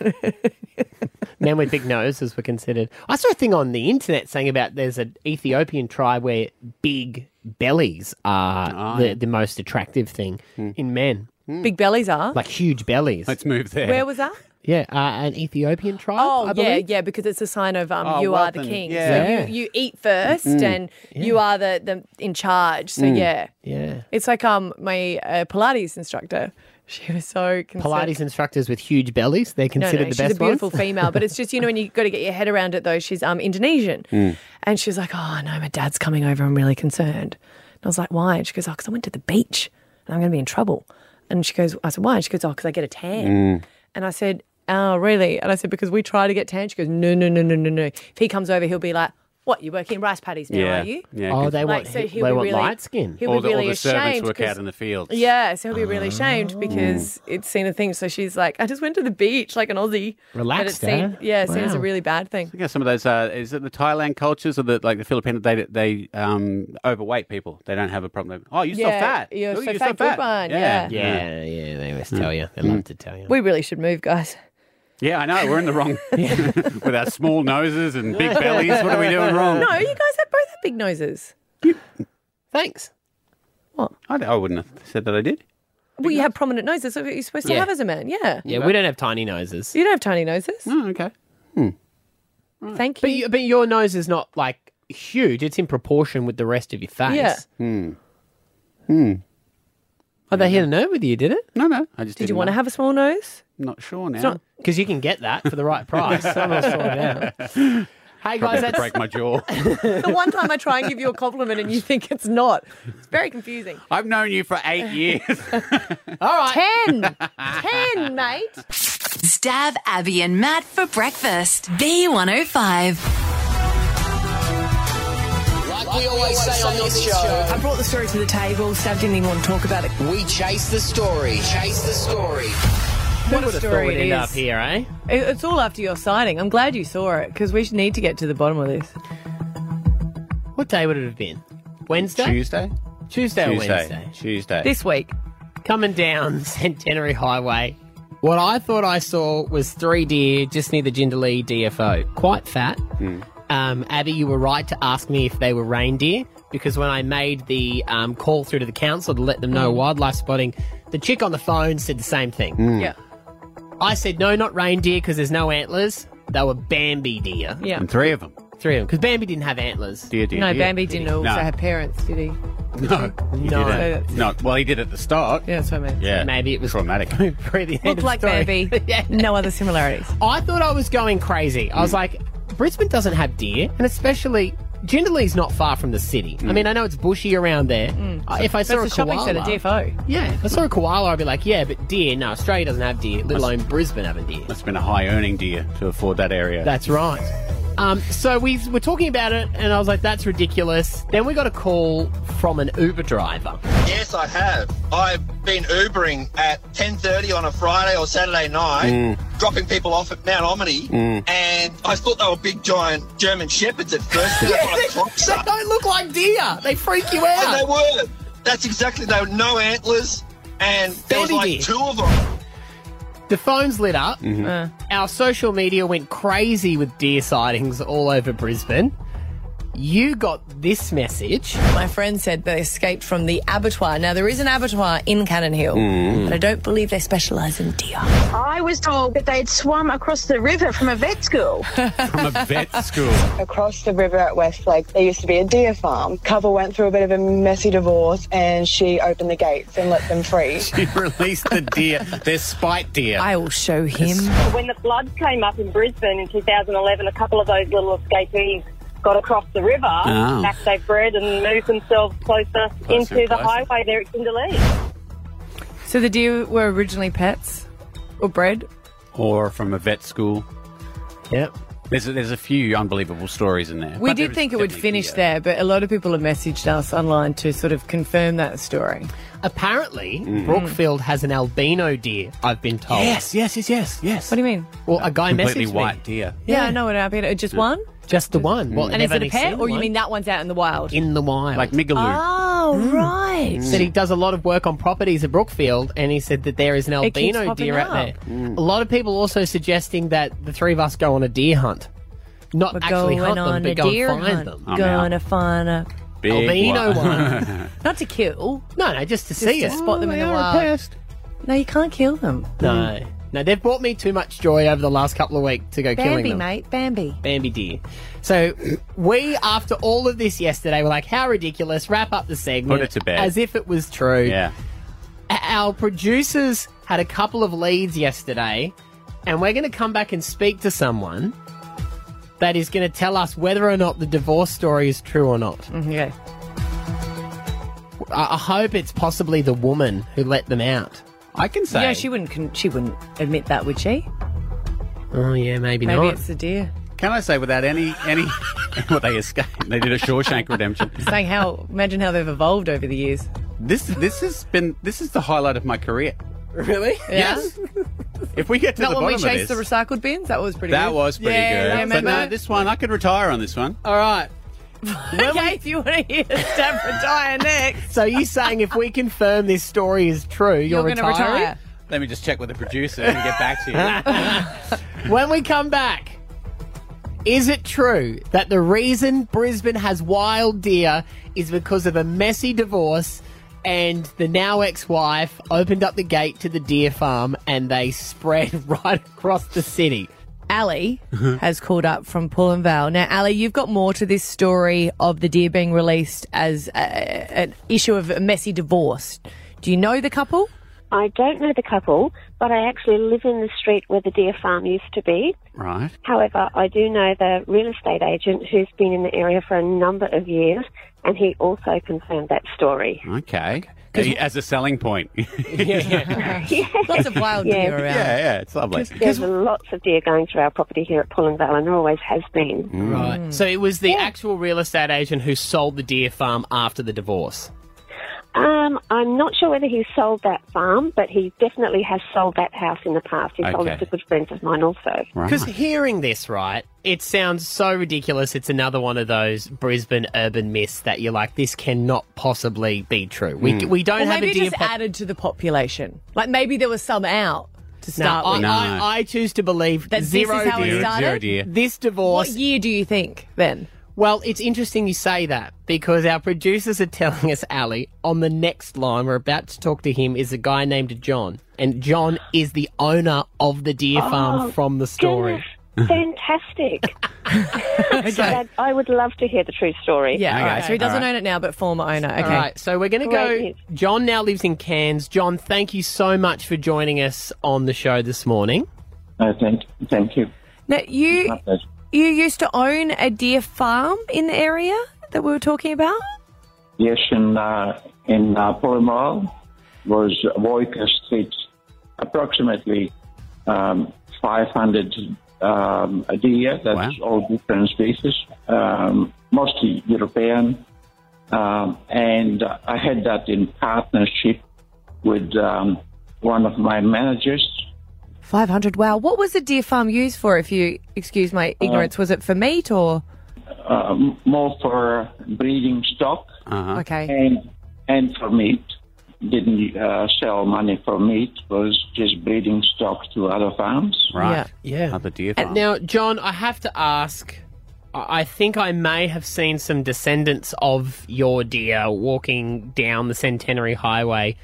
S2: Men with big noses were considered. I saw a thing on the internet saying about there's an Ethiopian tribe where big bellies are
S6: Oh,
S2: the, the most attractive thing in men.
S3: big bellies
S6: <laughs>
S3: are.
S2: Like huge bellies. Let's
S6: Hmm. move there.
S3: Where was that?
S2: Yeah, uh, an Ethiopian tribe.
S3: Oh
S2: I
S3: yeah,
S2: believe.
S3: yeah, because it's a sign of um,
S2: Oh,
S3: you
S2: well
S3: are the
S2: then,
S3: king.
S2: yeah.
S3: So you, you eat first,
S2: Mm.
S3: and you are the, the in charge.
S6: Hmm.
S3: So
S2: Mm.
S3: yeah,
S2: Yeah.
S3: it's like um my uh, Pilates instructor. She was so concerned.
S2: Pilates instructors with huge bellies, they're considered
S3: no, no,
S2: the
S3: she's
S2: best
S3: a beautiful
S2: ones.
S3: female, but it's just you know when you got to get your head around it though. She's um Indonesian,
S6: Hmm.
S3: and she's like, oh no, my dad's coming over. I'm really concerned. And I was like, why? And she goes, oh, because I went to the beach, and I'm going to be in trouble. And she goes, I said, why? And she goes, oh, because I get a tan.
S6: Hmm.
S3: And I said, Oh, really? And I said, Because we try to get tan. She goes, No, no, no, no, no, no. If he comes over, he'll be like, What you working in rice paddies now?
S6: Yeah.
S3: Are you?
S6: Yeah, Oh, 'cause- they want-
S3: he'll
S6: they
S3: be
S6: want light skin.
S3: He'll
S6: All
S3: be
S6: the- all
S3: really
S6: the servants
S3: ashamed
S6: work out
S3: 'cause-
S6: in the fields.
S3: Yeah, so he'll be really
S6: Oh.
S3: ashamed because it's seen a thing. So she's like, I just went to the beach like an Aussie.
S6: Relaxed,
S3: it's seen,
S6: eh?
S3: Yeah, it seems a
S6: Wow.
S3: really bad thing.
S6: Yeah, some of those uh, is it the Thailand cultures or the like the Filipino they they um, overweight people. They don't have a problem. Oh, you're so
S3: Yeah,
S6: fat.
S3: you're
S6: Oh,
S3: so fat, good one,
S2: Yeah,
S3: yeah.
S2: yeah, they
S6: Hmm.
S2: always tell you. They love to tell you.
S3: We really should move, guys.
S6: Yeah, I know. We're in the
S3: <laughs>
S6: wrong <laughs> with our small noses and big bellies. What are we doing wrong?
S3: No, you guys have both have big noses. Thanks.
S6: I, I wouldn't have said that I did.
S3: Well, you have prominent noses. That's what you're supposed to
S2: Yeah.
S3: have as a man. Yeah.
S2: Yeah, we don't have tiny noses.
S3: You don't have tiny noses.
S6: Oh, okay.
S3: Thank you.
S2: But, you, but your nose is not like huge. It's in proportion with the rest of your face.
S3: Yeah.
S6: Hmm. Hmm.
S2: Oh, they hit a note with you, did it?
S6: No, no. I just
S3: Did you want to have a small nose?
S6: Not sure
S3: It's not-
S2: Because you can get that for the right
S3: <laughs>
S2: price. Someone will sort it out. Hey,
S6: Probably
S2: guys,
S6: have
S2: that's.
S6: to break my jaw.
S3: <laughs> the
S6: <laughs>
S3: one time I try and give you a compliment and you think it's not. It's very confusing.
S6: I've known you for
S3: <laughs>
S6: eight
S2: <laughs>
S6: years.
S3: All right. Ten. Ten, mate.
S15: Stab Abby and Matt for breakfast. B105.
S7: Like we always say on this show,
S12: I brought the story to the table. Stab didn't even want to talk about it.
S7: we chase the story. Chase the story.
S3: What a
S2: Thought
S3: story
S2: we'd
S3: it
S2: end up
S3: is.
S2: here, eh?
S3: It- It's all after your sighting. I'm glad you saw it because we should need to get to the bottom of this.
S2: What day would it have been? Wednesday?
S6: Tuesday?
S2: Tuesday, or
S6: Tuesday.
S2: Wednesday?
S6: Tuesday.
S3: This week.
S2: Coming down <laughs> Centenary Highway. What I thought I saw was three deer just near the Jindalee DFO. Quite fat. Um, Abby, you were right to ask me if they were reindeer because when I made the um, call through to the council to let them know wildlife spotting, the chick on the phone said the same thing.
S3: Mm. Yeah.
S2: I said, no, not reindeer because there's no antlers. They were Bambi deer.
S3: Yeah.
S6: And three of them.
S2: Three of them. Because Bambi didn't have antlers.
S6: Dear, dear,
S3: no,
S6: dear.
S3: Bambi didn't also have parents, did he?
S6: No, he
S3: No.
S6: didn't. No. Well, he did at the start.
S3: Yeah, that's what I meant.
S6: Yeah.
S2: Maybe it was <laughs>
S6: traumatic.
S3: Looked like Bambi. No other similarities.
S2: I thought I was going crazy.
S3: Mm.
S2: I was like, Brisbane doesn't have deer, and especially Gindalee's not far from the city.
S3: Mm.
S2: I mean, I know it's bushy around there. Uh, if I
S3: That's
S2: saw
S3: the
S2: a
S3: shopping
S2: koala,
S3: centre, DFO.
S2: Yeah, if I saw a koala, I'd be like, yeah, but deer. No, Australia doesn't have deer, let alone Brisbane having deer.
S6: Must have been a high earning deer to afford that area.
S2: That's right. Um, so we were talking about it, and I was like, that's ridiculous. Then we got a call from an Uber driver.
S22: Yes, I have. I've been Ubering at 10.30 on a Friday or Saturday night,
S6: Mm.
S22: dropping people off at Mount Omni,
S6: Mm.
S22: and I thought they were big, giant German shepherds at first. but I
S3: <laughs>
S22: thought-
S2: they don't look like deer. They freak you out.
S22: and they were. That's exactly, they were no antlers, and there was
S2: Baby
S22: like
S2: deer.
S22: two of them.
S2: The phones lit up.
S6: Mm-hmm.
S22: Mhm. Uh.
S2: Our social media went crazy with deer sightings all over Brisbane. You got this message.
S3: My friend said they escaped from the abattoir. Now, there is an abattoir in Cannon Hill,
S2: Mm.
S3: but I don't believe they specialise in deer.
S23: I was told that they'd swum across the river from a vet
S2: <laughs>
S23: school.
S6: From a vet school.
S24: Across the river at Westlake, there used to be a deer farm. Couple went through a bit of a messy divorce, and she opened the gates and let them free.
S6: She released the deer, their spite deer.
S3: I will show him.
S23: When the flood came up in Brisbane in 2011, a couple of those little escapees got across the river.
S6: Oh.
S23: Back they bred and moved themselves closer, into
S3: and
S23: the
S3: Ah. closer.
S23: highway there at Kinderlee.
S3: So the deer were originally pets or bred.
S6: Or from a vet school.
S2: Yep.
S6: There's a, there's a few unbelievable stories in there.
S3: We
S6: But
S3: did
S6: there
S3: think it
S6: is
S3: would
S6: definitely
S3: finish
S6: deer.
S3: there, but a lot of people have messaged us online to sort of confirm that story.
S2: Apparently, Brookfield has an albino deer, I've been told.
S3: Yes,
S6: Mm. yes, yes, yes, yes.
S3: What do you mean?
S2: Well, a guy
S6: Completely
S2: messaged
S6: white
S2: me.
S6: deer. Mm.
S3: Yeah, I know what happened. Uh, Just one?
S2: Just the one. Well,
S3: and is
S2: never
S3: it a
S2: any
S3: pet,
S2: seen
S3: or you
S2: one.
S3: mean that one's out in the wild?
S2: in the wild? Like
S6: Migaloo.
S3: Oh,
S6: Mm.
S3: right.
S2: Said he does a lot of work on properties at Brookfield, and he said that there is an
S3: It keeps
S2: albino
S3: popping
S2: deer out
S3: up.
S2: there.
S6: Mm.
S2: A lot of people also suggesting that the three of us go on a deer hunt, not
S3: We're
S2: actually
S3: going
S2: hunt
S3: on
S2: them,
S3: a
S2: but go
S3: deer
S2: and find
S3: hunt.
S2: them.
S3: I'm Gonna find a
S2: albino
S3: one. <laughs>
S2: one.
S3: not to kill.
S2: No, no, just to
S3: Just
S2: see
S3: to
S2: it.
S3: spot them in
S6: Oh,
S3: the wild. No, you can't kill them.
S2: No, no, they've brought me too much joy over the last couple of weeks to go killing
S3: Bambi,
S2: them.
S3: mate, Bambi.
S2: Bambi deer. So we, after all of this yesterday, were like, "How ridiculous!" Wrap up the segment.
S6: Put it to bed.
S2: as if it was true.
S6: <laughs> Yeah.
S2: O- Our producers had a couple of leads yesterday, and we're going to come back and speak to someone that is going to tell us whether or not the divorce story is true or not.
S3: Okay.
S2: I, I hope it's possibly the woman who let them out.
S6: I can
S3: Yeah, she wouldn't. Con- she wouldn't admit that, would she?
S2: Oh yeah, maybe,
S3: Maybe
S2: not.
S3: it's the deer.
S6: Can I say without any any <laughs> well they escaped. They did a Shawshank Redemption.
S3: <laughs> Saying how, imagine how they've evolved over the years.
S6: This this has been this is the highlight of my career.
S3: Really? Yeah.
S6: Yes. If we get to
S3: Not
S6: the
S3: when
S6: bottom
S3: we
S6: of
S3: chased
S6: this,
S3: the recycled bins. That was pretty.
S6: that
S3: good.
S6: was pretty
S3: yeah,
S6: good.
S3: Yeah,
S6: but
S3: remember?
S6: no, this one I could retire on this one.
S2: All right.
S3: <laughs> okay, if you want to hear Deborah
S2: <laughs>
S3: Dyer next,
S2: So you saying if we confirm this story is true, you're,
S3: You're gonna
S2: retiring?
S3: retire.
S6: Let me just check with the producer and get back to you.
S2: When we come back, is it true that the reason Brisbane has wild deer is because of a messy divorce and the now ex wife opened up the gate to the deer farm and they spread <laughs> right across the city?
S6: <laughs>
S3: Ali has called up from Pull and Vale. Now, Ali, you've got more to this story of the deer being released as a, an issue of a messy divorce. Do you know the couple?
S25: I don't know the couple, but I actually live in the street where the deer farm used to be.
S6: Right.
S25: However, I do know the real estate agent who's been in the area for a number of years, and he also confirmed that story.
S3: <laughs>
S6: Okay. As a selling point.
S3: Lots of wild
S25: <laughs> Yeah.
S3: deer around.
S6: Yeah, yeah, it's lovely.
S25: There's lots of deer going through our property here at Pullen Vale, and there always has been.
S6: Mm.
S3: Hmm.
S2: Right. So it was the actual real estate agent who sold the deer farm after the divorce.
S25: Um, I'm not sure whether he sold that farm, but he definitely has sold that house in the past. He sold it
S2: Okay.
S25: to good friends of mine also.
S2: Because hearing this, right, it sounds so ridiculous. It's another one of those Brisbane urban myths that you're like, this cannot possibly be true. We, we don't
S3: Or
S2: have
S3: Hmm. maybe
S2: a deer
S3: just
S2: pop-
S3: added to the population. Like maybe there was some out to
S2: oh, No,
S3: start
S2: I,
S3: with.
S2: I, I choose to believe
S3: That this
S2: zero
S3: is how it
S2: deer.
S3: started? Zero deer.
S2: This divorce.
S3: What year do you think then?
S2: Well, it's interesting you say that because our producers are telling us, Ali, on the next line we're about to talk to him is a guy named John, and John is the owner of the deer
S25: Oh,
S2: farm from the story.
S3: <laughs>
S25: Fantastic. So I would love to hear the true story.
S3: Yeah, all right. So he doesn't
S2: alright.
S3: own it now, but former owner. Okay.
S2: All right, so we're going to go.
S3: Great.
S2: John now lives in Cairns. John, thank you so much for joining us on the show this morning.
S26: No, thank, thank you.
S3: Now you
S26: My pleasure.
S3: you used to own a deer farm in the area that we were talking about.
S26: Yes, in uh, in uh, Pullamall was Voica Street, approximately um, 500 um, a deer. That's all different species, um, mostly European. Um, and uh, I had that in partnership with um, one of my managers.
S3: Five hundred. Wow. What was the deer farm used for? If you excuse my
S2: Uh-huh.
S3: ignorance, was it for meat or?
S26: uh, m- more for breeding stock.
S6: Uh-huh.
S3: Okay.
S26: And and for meat. Didn't uh, sell money for meat. Was just breeding stock to other farms.
S2: Right. Yeah.
S6: Other deer
S2: And
S6: farm.
S2: now, John, I have to ask. I I think I may have seen some descendants of your deer walking down the Centenary Highway.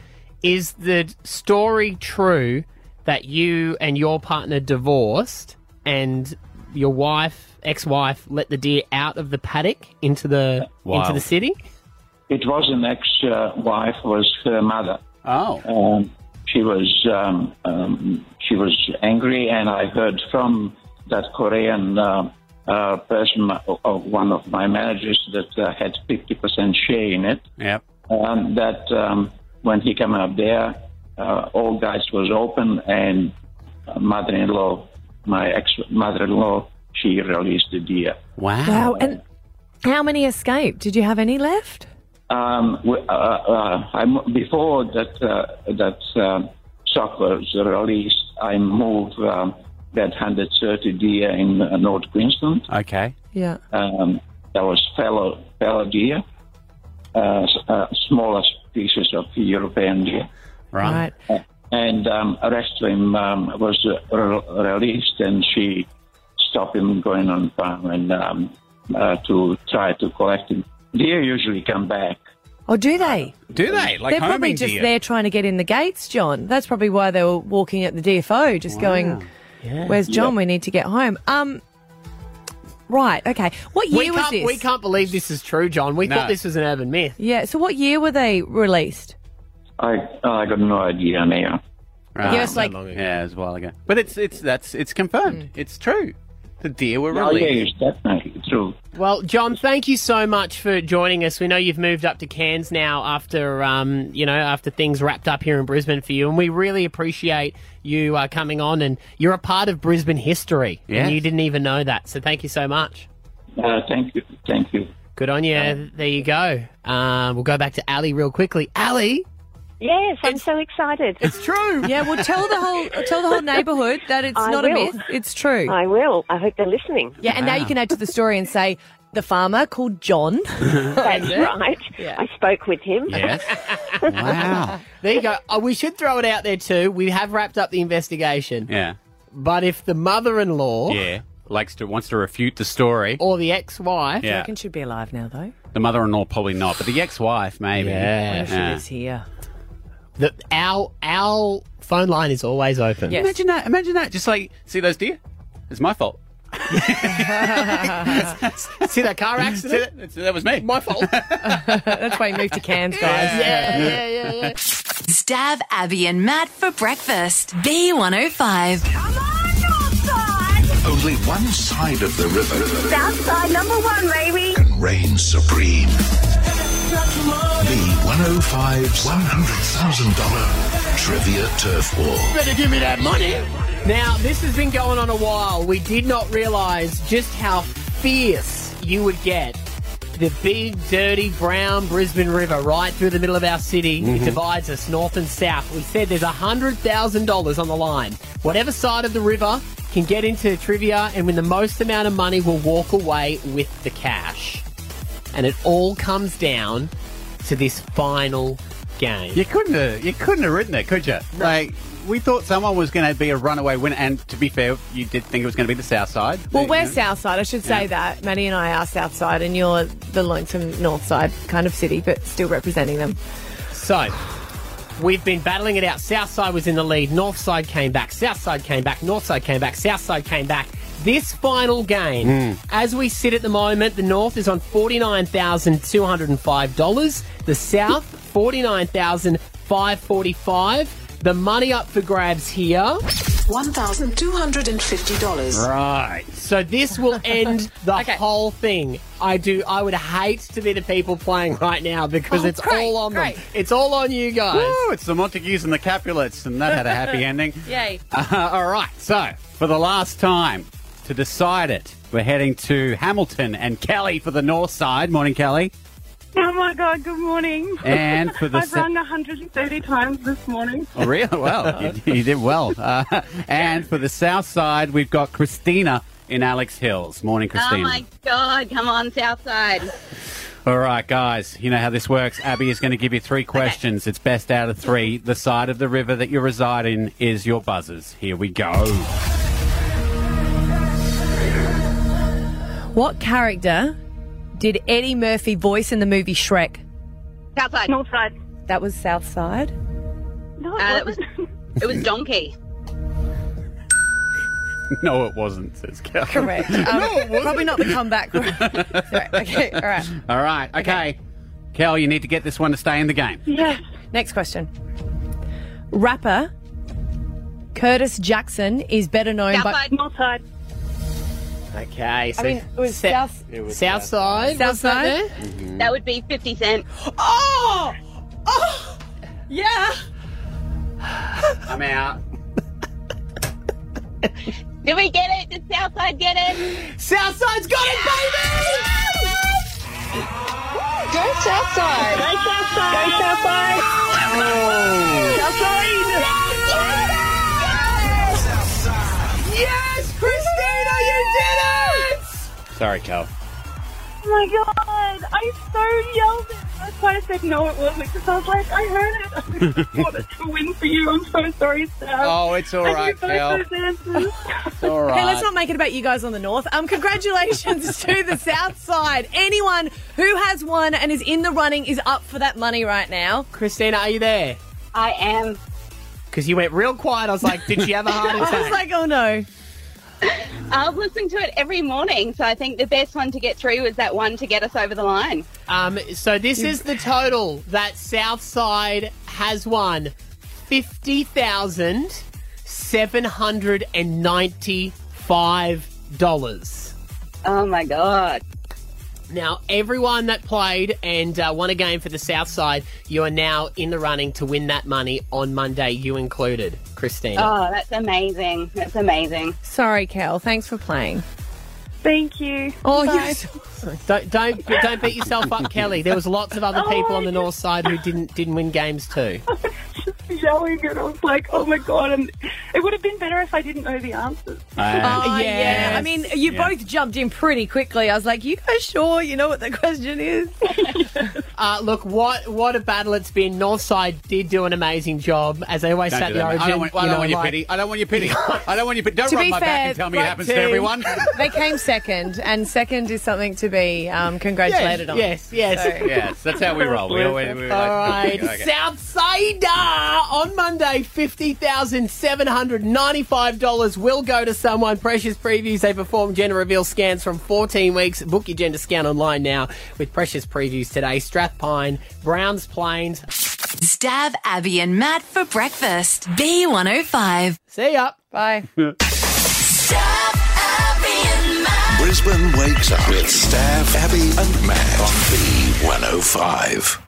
S2: Is the story true that you and your partner divorced and your wife, ex-wife, let the deer out of the paddock into the into
S26: Wow.
S2: the city?
S26: It was an ex-wife. Was her mother.
S6: Oh.
S26: Um, she was um, um, she was angry, and I heard from that Korean uh, uh, person, uh, uh, one of my managers, that uh, had fifty percent share in it.
S6: Yep.
S26: um, that um, when he came up there, uh, all gates was open, and mother-in-law, my ex-mother-in-law, she released the deer.
S3: Wow. And how many escaped? Did you have any left?
S26: Um, we- uh, uh, I mo- before that uh, that um stock was released, I moved um, that 130 deer in uh, North Queensland.
S6: Okay.
S3: Yeah.
S26: Um, that was fellow fellow deer, uh, s- uh, smaller species of European deer. Uh,
S6: Right.
S26: and um, arrest him um, was uh, re- released, and she stopped him going on farm and um, uh, to try to collect him. Deer usually come back.
S3: Or Oh, do they?
S2: Uh,
S6: Do they? Like
S3: they're probably
S26: homing
S3: just
S26: deer.
S3: there trying to get in the gates, John. That's probably why they were walking at the DFO, just going, "Where's John? We need to get home." Um, right. Okay. What year
S2: we
S3: was
S2: can't,
S3: this?
S2: We can't believe this is true, John. We
S26: No.
S2: thought this was an urban myth.
S3: Yeah. So what year were they released?
S26: I I got no idea now.
S6: Right.
S3: Yes, like- Mm.
S6: yeah, it was a while ago. But it's it's that's it's confirmed. It's true. The deer were
S26: Oh,
S6: released.
S26: yes, definitely. It's true.
S2: Well, John, thank you so much for joining us. We know you've moved up to Cairns now after um, you know after things wrapped up here in Brisbane for you, and we really appreciate you uh, coming on. And you're a part of Brisbane history,
S26: Yes.
S2: and you didn't even know that. So thank you so much.
S26: Uh, thank you. Thank you.
S2: Good on you. There you go. Uh, we'll go back to Ali real quickly. Ali,
S25: Yes, I'm so excited.
S2: It's true.
S3: Yeah, well, tell
S2: <laughs>
S3: the whole tell the whole neighbourhood that it's
S25: I
S3: not a
S25: will.
S3: myth. It's true.
S25: I will. I hope they're listening.
S3: Yeah, and now you can add to the story and say the farmer called John.
S25: <laughs> That's right.
S24: <laughs>
S25: I spoke with him. <laughs>
S2: Yes. wow. There you go. Oh, we should throw it out there too. We have wrapped up the investigation.
S6: Yeah.
S2: But if the mother-in-law
S6: Yeah. Likes to wants to refute the story.
S2: or the ex-wife,
S6: Yeah. Do you reckon
S3: she'd be alive now though?
S6: The mother-in-law probably not, but the ex-wife maybe.
S2: Yeah.
S6: Yeah.
S3: here.
S2: The, our our phone line is always open.
S6: Imagine that. Imagine that. Just like see those deer. It's my fault.
S2: <laughs> See that car accident?
S6: that, was me.
S2: My fault.
S3: <laughs> That's why you moved to Cairns, guys.
S15: Yeah, yeah, Stab Abby and Matt for breakfast. B105.
S1: Only one side of the river
S18: Southside number one, baby.
S1: reigns supreme. oh The 105's $100,000 trivia turf war.
S2: Better give me that money. Now, this has been going on a while. We did not realise just how fierce you would get. The big, dirty, brown Brisbane River right through the middle of our city. It
S10: Mhm.
S2: divides us north and south. We said there's $100,000 on the line. Whatever side of the river can get into trivia and win the most amount of money will walk away with the cash. And it all comes down to this final game.
S6: <laughs> You couldn't have. You couldn't have written it, could you? Like we thought someone was going to be a runaway winner, and to be fair, you did think it was going to be the South Side.
S3: Well, we're Southside. I should say that Maddie and I are Southside, and you're the lonesome Northside kind of city, but still representing them.
S2: So, we've been battling it out. Southside was in the lead. Northside came back. Southside came back. Northside came back. Southside came back. This final game,
S18: Mm.
S2: as we sit at the moment, the North is on $49,205. The South, $49,545. The money up for grabs here.
S11: $1,250.
S2: Right. So this
S3: <laughs>
S2: will end the whole thing. I do. I would hate to be the people playing right now because
S6: Oh,
S2: it's
S6: great,
S2: all on
S6: great.
S2: them. It's all on you guys.
S6: Woo, it's the Montagues and the Capulets, and that had a <laughs> happy ending.
S3: Yay.
S6: Uh, all right, so for the last time to decide it, we're heading to Hamilton and Kelly for the north side. Morning, Kelly.
S4: Oh my God, good morning.
S6: And for the
S4: I've
S6: se-
S4: rung 130 times this morning.
S6: Oh, really? <laughs> Well, you, you did well. Uh, and for the south side, we've got Christina in Alex Hills. Morning,
S27: Oh
S6: Christina.
S27: my God, come on, Southside.
S6: All right, guys, you know how this works. Abby is going to give you three questions. It's best out of three. The side of the river that you reside in is your buzzers. Here we go. <laughs>
S3: What character did Eddie Murphy voice in the movie Shrek?
S27: Southside.
S4: Northside.
S3: That was Southside.
S27: No, Uh, it was it
S2: <laughs>
S27: was donkey.
S6: No, it wasn't, says Kelly.
S3: Correct. Um, probably not the comeback. Right, okay, all right.
S6: <laughs> All right, okay. Kel, you need to get this one to stay in the game.
S3: Yeah. Next question. Rapper Curtis Jackson is better known
S27: Southside.
S3: by
S4: Northside.
S2: Okay, so
S3: mean, it was South-
S2: it was Mm-hmm. Southside. Southside. There?
S27: That would be 50 Cent.
S3: <gasps> Oh! Oh! Yeah!
S6: I'm out.
S27: Did we get it? Did Southside get it?
S2: Southside's got it, baby!
S18: Go Southside. Go Southside. Go Southside.
S2: Yes, Christina, you did it!
S6: Sorry, Kel.
S4: Oh my God, I so yelled it. That's why I said no, it wasn't, because I was like, I heard it. I wanted to win for you. I'm so sorry, Steph.
S6: Oh, it's all
S4: I knew
S6: right,
S4: both
S6: Kel. <laughs>
S4: those answers.
S6: It's all
S3: Okay, let's not make it about you guys on the north. Um, congratulations <laughs> to the south side. Anyone who has won and is in the running is up for that money right now.
S2: Christina, are you there?
S27: I am.
S2: Because you went real quiet. I was like, did she have a heart attack?
S3: <laughs> I was like, oh no.
S27: I was listening to it every morning, so I think the best one to get through was that one to get us over the line.
S2: Um, so this is the total that Southside has won: fifty thousand seven hundred and ninety-five dollars.
S27: Oh my god.
S2: Now, everyone that played and uh, won a game for the South Side, you are now in the running to win that money on Monday, you included, Christina.
S27: Oh, that's amazing. That's amazing.
S3: Sorry, Cal. Thanks for playing.
S27: Thank you.
S3: Oh,
S2: Bye.
S3: yes.
S2: Don't don't don't beat yourself up, Kelly. There was lots
S27: <laughs>
S2: of
S27: Oh
S2: other people on the north side who didn't didn't win games too.
S4: Yelling, and I was like, oh my god. And it would have been better if I didn't know the answers.
S6: Uh,
S2: Uh,
S3: oh, yeah. I mean, you
S4: Yeah.
S3: both jumped in pretty quickly. I was like, you guys sure you know what the question is?
S2: Uh, look, what what a battle it's been. Northside did do an amazing job, as they always
S6: Don't
S2: say at
S6: do
S2: the
S6: that, mate.
S2: origin.
S6: I don't want- I
S2: you
S6: don't
S2: know,
S6: want your
S2: like-
S6: pity. I don't want your
S3: <laughs>
S6: pity. I don't want your pity. Don't
S3: to
S6: rub
S3: be
S6: my
S3: fair,
S6: back and tell me it
S3: great
S6: happens to
S3: team.
S6: everyone.
S3: they came second, and second is something to be um, congratulated
S2: Yes,
S3: on.
S2: yes, yes.
S6: yes, that's how we roll. We always, we
S2: All right,
S6: like, <laughs> Okay.
S2: Southsider on Monday, fifty thousand seven hundred ninety-five dollars will go to someone. Precious previews they perform gender reveal scans from fourteen weeks. Book your gender scan online now with Precious previews today. Strathpine, Browns Plains.
S15: Stab Abby and Matt for breakfast. B105.
S2: See ya.
S3: Bye.
S1: oh Brisbane wakes up with Staff, Abby, and Matt on B105.